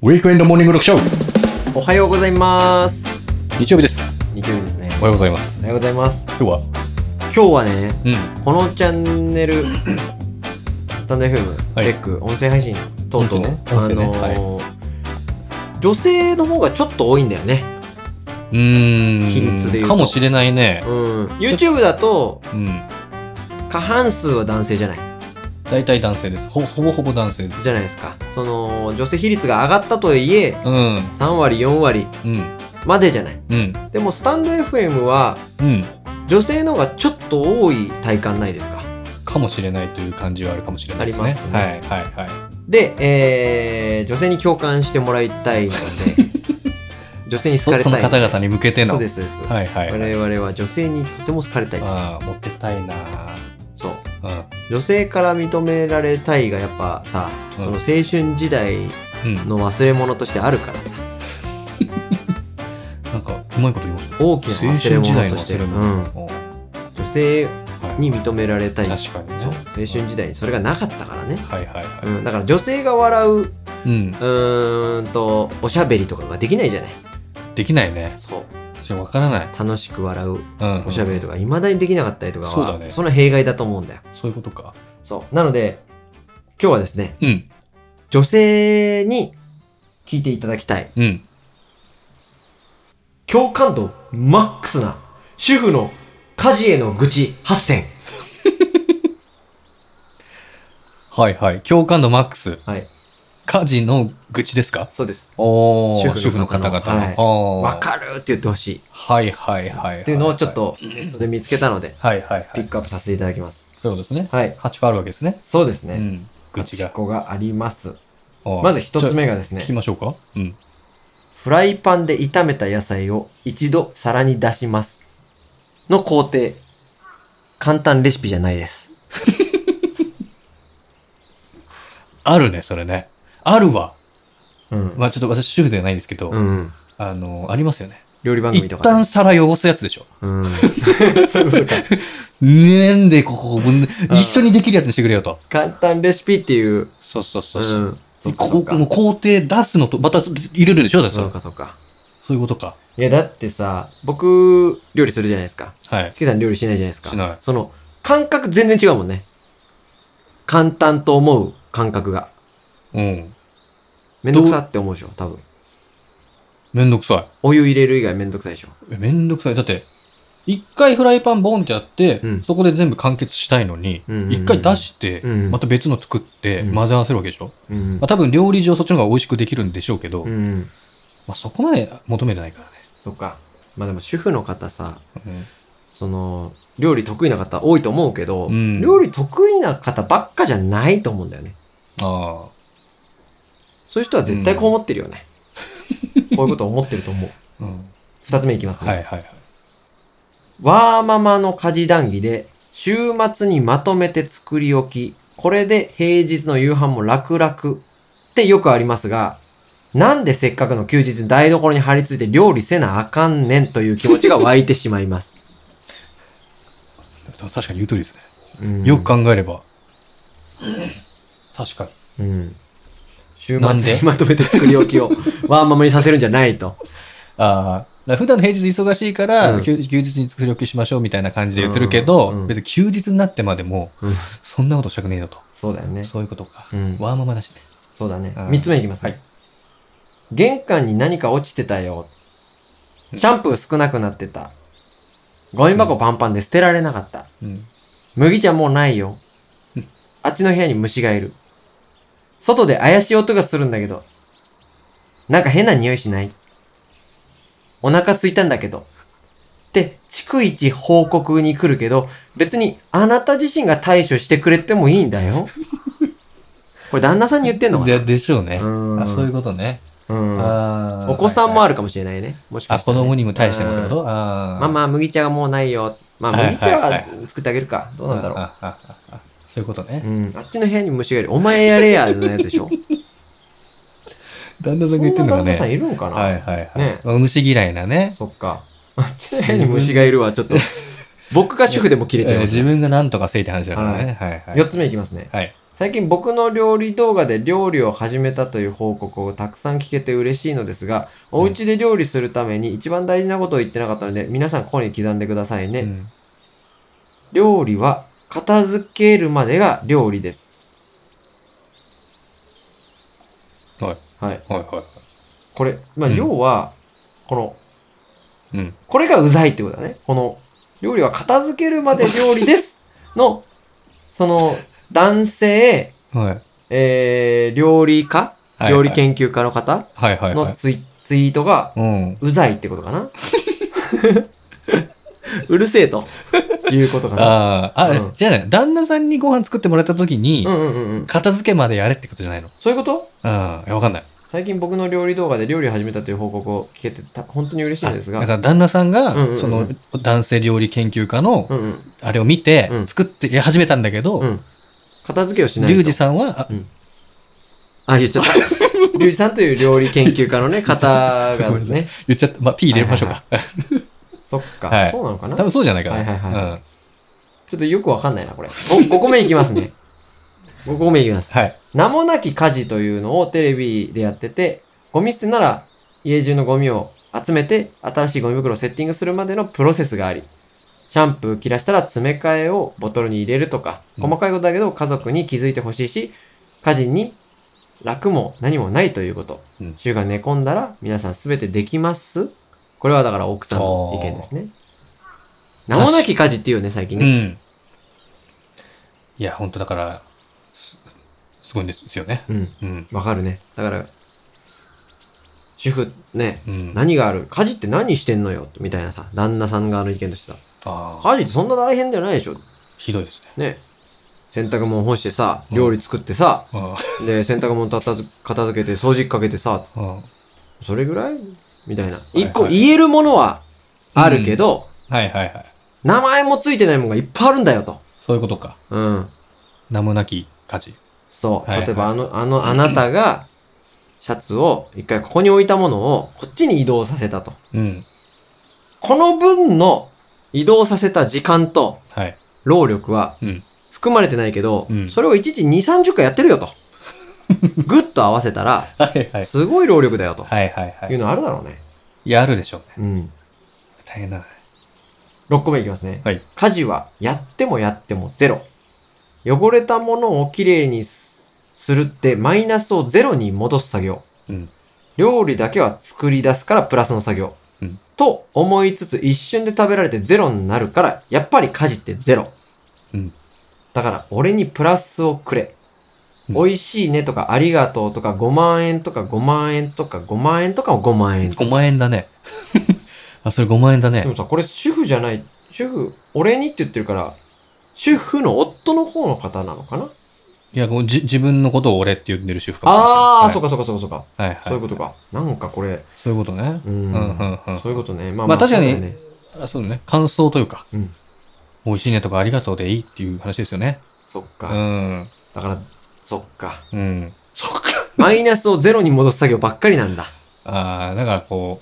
ウィークエンドモーニングロックショーおはようございます。日曜日です。日曜日ですね。おはようございますお。はようございます。今日は、今日はね、うん、このチャンネル、スタンド FM、はいレック、音声配信等々、音声あねの音声ねー女性の方がちょっと多いんだよね。うーん、比率で言うとかもしれないね。うん。YouTube だと、うん、過半数は男性じゃない。大体男性です。ほほぼほぼ男性です。じゃないですか。その、女性比率が上がったとはいえ、うん、 3割、4割うん、までじゃない。うん、でも、スタンド FM は、うん、女性の方がちょっと多い体感ないですか。かもしれないという感じはあるかもしれないですね。ありますねはい、はい、はで、えー、女性に共感してもらいたい ので女性にい。好かそそれたいの方々に向けての。そうですそうです、はい、はい。我々は女性にとても好かれたいああ、モテたいなそうあ女性から認められたいがやっぱさ、うんその青春時代うん、うん。の忘れ物としてあるからさなんか、うまいこと言いますね。大きな青忘れ春時代物とのし忘てうれん、物。女おは性いに認められたいそう確かにね。青春時代にそれがなかったからね、はい、はい、はうん、だから女性が笑ううい。うん、ーんとおしゃべりとかができないじゃないできないね。そうちょっとわからない。楽しく笑ううん。おしゃべりとか、未だにできなかったりとかは、そうだねその弊害だと思うんだよ。そういうことか。そう。なので、今日はですね、うん。女性に聞いていただきたい、うん。共感度マックスな、主婦の家事への愚痴8選。はいはい。共感度マックス。はい。家事の愚痴ですかそうです。おー主婦の方々はいの。わる。かるって言ってほしい。はいはいはいはい。っていうのをちょっ。とネットで見つけたので、はいはいはピッい。クアップさせていただきます。そうですね。はい。 8個あるわけですね。そうですうね。ん。愚痴8が。個があります。おーまず一つ。目がですじゃあね聞き、ましょうか。うん。フライパンで炒めた野菜を一度皿に出します。の工程。簡単レシピじゃないです。あるね、それね。あるわ。うん。まあちょっと私主婦ではないんですけど、うんうん。あの、ありますよね。料理番組一とかね。旦皿汚すやつでしょ。うん。そういうことか。ねんで、ここ、一緒にできるやつにしてくれよと。簡単レシピっていう。そうそうそううそう。ん。そっかそこっこ、もうか。工程出すのと、また入れるでしょだってそそれうかそうか。そういうことか。いや、だってさ、僕、料理するじゃないですか。はい。月さん料理しないじゃないですか。しないその、感覚全然違うもんね。簡単と思う感覚が。うん。めんどくさって思うでしょ、多分。めんどくさお湯入れる以外めんどくさいでしょ。い。えめんどくさい。だって、一回フライパンボンってやって、うんそこで全部完結したいのに、うんうんうん一回出して、うんまた別の作って、うん混ぜ合わせるわけでしょ、うんまあ、。多分料理上そっちの方が美味しくできるんでしょうけど、うまん。あ、そこまで求めてないかそっか。まあでも主婦の方さ、らね。その、料理得意な方多いと思うけど、うん料理得意な方ばっかじゃないと思うんだよね。ああ。そういう人は絶対こう思ってるよね。こういうこと思ってると思う。うん。二つ目いきますね。はいはいはい。わーママの家事談義で、週末にまとめて作り置き、これで平日の夕飯も楽々ってよくありますが、なんでせっかくの休日に台所に張り付いて料理せなあかんねんという気持ちが湧いてしまいます。た確かに言う通りですね。う んよく考えれば。確かに。うん。週なん末でにまとめて作り置きをワンママにさせるんじゃないと。ああ。だから普段の平日忙しいから、うん休休日に作り置きしましょうみたいな感じで言ってるけど、うんうん別に休日になってまでも、うんそんなことしたくねえよと。そうだよね。そういうことか。うん。ワーママだしね。そうだねう。ん三つ目いきますね。はい玄関に何か落ちてたよ。シャンプー少なくなってた。ゴミ箱パンパンで捨てられなかった。うん。麦茶もうないようん。あっちの部屋に虫がいる。外で怪しい音がするんだけど。なんか変な匂いしないお腹空いたんだけど。って、逐一報告に来るけど、別にあなた自身が対処してくれてもいいんだ よ。これ旦那さんに言ってんのかなで、でしょうね。うんあそういうことね。うんあーお子さんもある。るかもしれないね。もしかあ、した子らね供にも対してもってこうんとああ。ママ、麦茶がもうないよ。まあ、はいはい麦茶ははい作ってあげるか。どうなんだろう。あああああそういうことね。うん、あっちの部屋に虫がいる。お前やれやのやつでしょ旦那さ そんが言ってるのがんな旦那さんね。いるのかな、はいはいはい。ねまあ虫嫌いなね。そっか。あっちの部屋に虫がいる わ、ちょっと。僕が主婦でも切れちゃいえーます。自分が何とかせいって話だからね。はいはい。 4つ目いきますね。はい。最近僕の料理動画で料理を始めたという報告をたくさん聞けて嬉しいのですが、お家で料理するために一番大事なことを言ってなかったので、皆さんここに刻んでくださいね。うん料理は片付けるまでが料理です。はい。はい。はいはこれ、まあ、うん要は、この、い。うん。これがうざいってことだね。この、料理は片付けるまで料 理ですの、その、男性、はい。えー、料理家はい料理。研究家の方はいはいはのい。ツイツイートが、うん。うざいってこと かなうるせえと、いうことかな。 ああ、うあん、じゃあね、旦那さんにご飯作ってもらった時にう、んうんうんうん。片付けまでやれってことじゃないのそういうことうん。いやわかんない。最近僕の料理動画で料理始めたという報告を聞けてた、本当に嬉しいあんですが。だから旦那さんうんうんうが、んその、男性料理研究家のう、んうん。あれを見てう、ん作っていや始めたんだけうど、ん。片付けをしないと。リュウジさんは、ああ、言っち ゃった。リュウジさんという料理研究家のね、方がごめんなさね。言っちゃった、まあ、P 入れましょうか。そっか、はいそうなのかな多分そうじゃないかはいはいはいな。うん。ちょっとよくわかんないな、これ。5, 個目いきますね。5個目いきます。はい。名もなき家事というのをテレビでやってて、ゴミ捨てなら家中のゴミを集めて、新しいゴミ袋をセッティングするまでのプロセスがあり、シャンプー切らしたら詰め替えをボトルに入れるとか、うん細かいことだけど家族に気づいてほしいし、家事に楽も何もないということ。うん週が寝込んだら皆さん全てできますこれはだから奥さんの意見ですね。名もなき家事っていうね、最近うね。ん。いや、本当だから、すすごいんですよね。うん。うん。わかるね。だから、主婦ね、うん。何がある家事って何してんのよみたいなさ、旦那さん側の意見としてさ、ああ、家事ってそんな大変じゃないでしょひどいですね。ね。洗濯物干してさ、料理作ってさ、うんで、洗濯物たたず片付けて掃除機かけてさ、うんそれぐらいみたいな。い一個言えるものはあるけど、はいはいはい。名前もついてないものがいっぱいあるんだよと。そういうことか。うん。名もなき家事。そう。はいはい例えば、あの、あの、あなたが、シャツを、一回ここに置いたものを、こっちに移動させたと。うん。この分の移動させた時間とはい。労力はうん含まれてないけど、うんそれを1日2、30回やって るよと。ぐっと合わせたら、はいはい。すごい労力だよと。、はいはいはいうい。のあるだろうね。やるでしょうね。うん。大変だね。 6個目いきますね。はい家事はやってもやってもゼロ。汚れたものをきれいにすするってマイナスをゼロに戻す作業。うん料理だけは作り出すからプラスの作業。うんと思いつつ一瞬で食べられてゼロになるから、やっぱり家事ってゼロ。うんだから俺にプラスをくれ。うん美味しいねとかありがとうとか5万円とか5万円とか5万円とかを5万円とか5万円だね。 あ、それ5万円だでもね。さ、これ主婦じゃない、主婦、俺にって言ってるから、主婦の夫の方の方なのかないや、こうじ自分のことを俺って言ってる主婦かもしれない。ああ、そうか。かそうかそうかそうか。はいはい。そういうことか。なんかこれ、そういうことね。ううんんうんうん。そういうことね。ままあ確かにそうだよねあそうだね。感想というか。うん美味しいねとかありがとうでいいっていう話ですよね。そっうか。ん。だから、そっか。うん。そっか。マイナスをゼロに戻す作業ばっかりなんだ。ああ、だからこ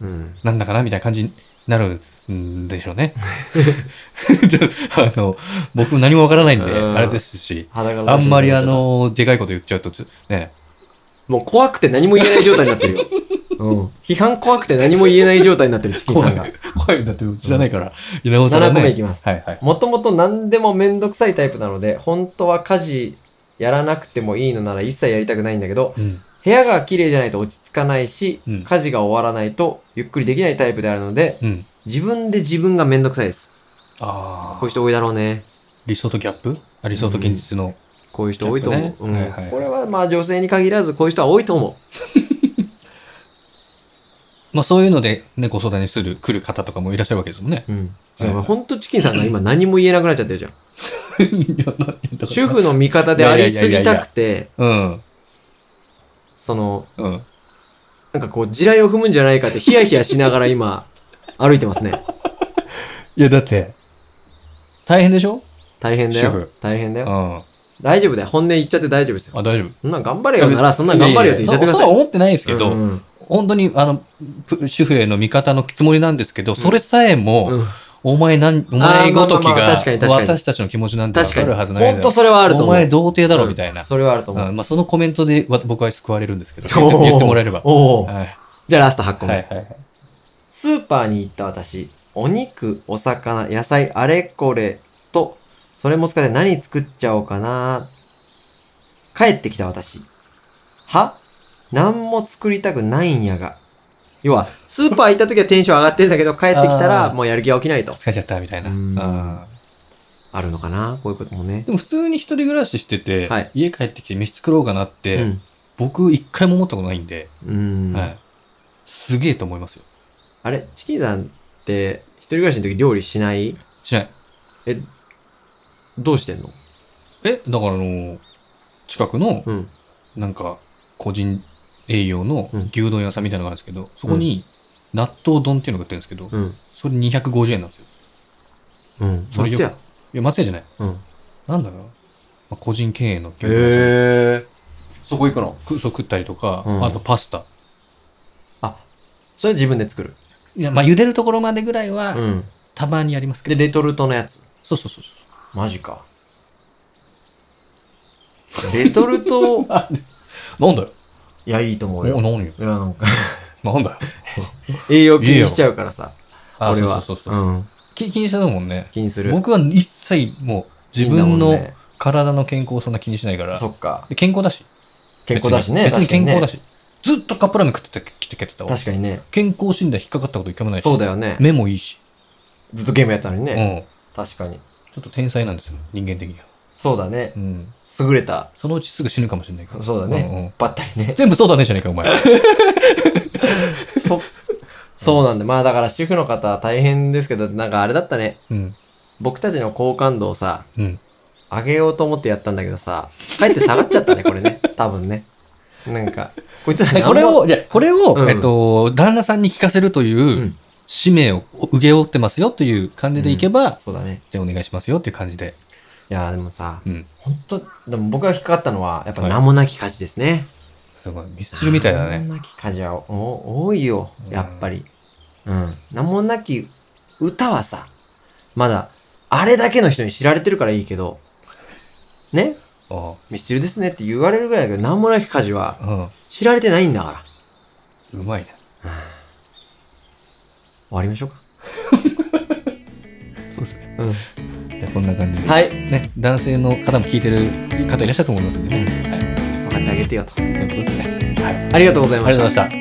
うん。う、なんだかなみたいな感じになるんでしょう ね。 ちょっとあの、僕何もわからないんで、うんあれですし。裸あのんまりあ、の、でかいこと言っちゃうと、ちょね。もう怖くて何も言えない状態になってるよ。 うん。批判怖くて何も言えない状態になってる、チキンさんが。怖いんだって知らないから、なおさら7個ね。目いきます。はいはい。もともと何でもめんどくさいタイプなので、本当は家事やらなくてもいいのなら一切やりたくないんだけど、うん。部屋が綺麗じゃないと落ち着かないし、うん家事が終わらないとゆっくりできないタイプであるので、うん。自分で自分がめんどくさいです。あこういうあ。人多いだろうね。理想とギャップあ理想と現実の。こういう人多いと思う。ちょっとうんねはいはいこれはまあ女性に限らずこういう人は多いと思まあそういうので、ね、ご相談にする、来る方とかもいらっしゃるわけですもんね。う。うん。はいはいほんとチキンさんが今何も言えなくなっちゃってるじゃん。主主婦の味方でありすぎたくて、うん。その、うん。なんかこう地雷を踏むんじゃないかってヒヤヒヤしながら今歩いてますね。いや、だって、大変でしょ大変だ主よ婦。大変だうん。あ、よ。大丈夫だよ。本音言っちゃって大丈夫ですよ。大丈夫。そんなん頑張れよなら、そんなん頑張れよって言っちゃってくださそい。うは思ってないですけうど、ん本当に、あの、主婦への味方のつもりなんですけど、それさえも、うんお前なん、お前ごときまあまあまあが確かに確かに私たちの気持ちなんてわかるはずないだろほんとそれはあると思う。お前童貞だろみたいな。それはあると思うう。んまあ、そのコメントでわ僕は救われるんですけど、おー言ってもらえれば。おお。はいじゃあラスト8個はいは目。いはい。スーパーに行った私、お肉、お魚、野菜、あれこれと、それも使って何作っちゃおうかな。帰ってきた私。は何も作りたくないんやが。要は、スーパー行った時はテンション上がってんだけど、帰ってきたあらーもうやる気が起きないと。疲れちゃったみたいな。ううんんあるのかなこういうこともね。でも普通に一人暮らししてて、はい家帰ってきて飯作ろうかなっうて、ん。僕一回も思ったことないんで、うん。はい、すげえと思いますよ。あれチキンさんって、一人暮らしの時料理しないしない。どうしてんのえ、だからあの、近くの、うん。なんか、個人栄養のうん牛丼屋さんみたいなのがあるんですけど、そこに納豆丼っていうのが売ってるんですけど、うん。それ250円なんですよ。うん。それよ松屋。いや、松屋じゃない。うん。なんだろうな。まあ、個人経営の牛丼屋さんへえ。そこ行くのくそう食ったりとか、うんあとパスタ。それ自分で作る。いや、まあ、茹でるところまでぐらいは、うん。たまにやりますけで、ど。レトルトのやつ。そうそうそうそう。マジ か。レトルト、なんだよ。いや、いいと思おうよ。何よ。いや、なんか、なんだよ。栄養気にしちゃうからさ。あ、俺は。そうそうそうそう、うん。き気にしてたもんね。気にする。僕は一切もう自いいん分だもんのね体の健康をそんな気にしないから。そっか。で健康だし。健康だしね。別に別に健康だし。し。ずっとカップラーメン食ってきてきてたわ確かにね。健康診断引っかかったこと一回もないし。そうだよね。目もいいし。ずっとゲームやってたのにうね。ん。確かに。ちょっと天才なんですよ。人間的には。そうだねう。ん。優れた。そのうちすぐ死ぬかもしれないから。そうだねんんばった りね。全部そうだねじゃねえか、お前。そ、そうなんで。まあだから主婦の方大変ですけど、なんかあれだったね。うん。僕たちの好感度をさ、うん。上げようと思ってやったんだけどさ、かえって下がっちゃ ったね、これね。多分ね。なんか、こいつらでなんもこれ、を、じゃあこれを、うんえっと、旦那さんに聞かせるという、ん使命を受け負ってますよという感じでいけば、そうだね。じゃあお願いしますよっていう感じで。いやー、でもさ、うん。ほんと、でも僕が引っかかったのは、やっぱはい名もなき家事ですね。すごい、ミスチルみたいだ名ね。もなき家事はお多いよ、やっぱり。うん。名もなき歌はさ、まだ、あれだけの人に知られてるからいいけど、ねあミスチルですねって言われるぐらいだけど、なんもなき家事はあ知られてないんだから。うん。うまいね。終わりましょうか。 そうですね。うん。じゃあこんな感じで。はい。ね、男性の方も聞いてる方いらっしゃると思いますんでね。はい。分かってあげてよと。そういうことですね。ありがとうございまありがしとうございたまし。た。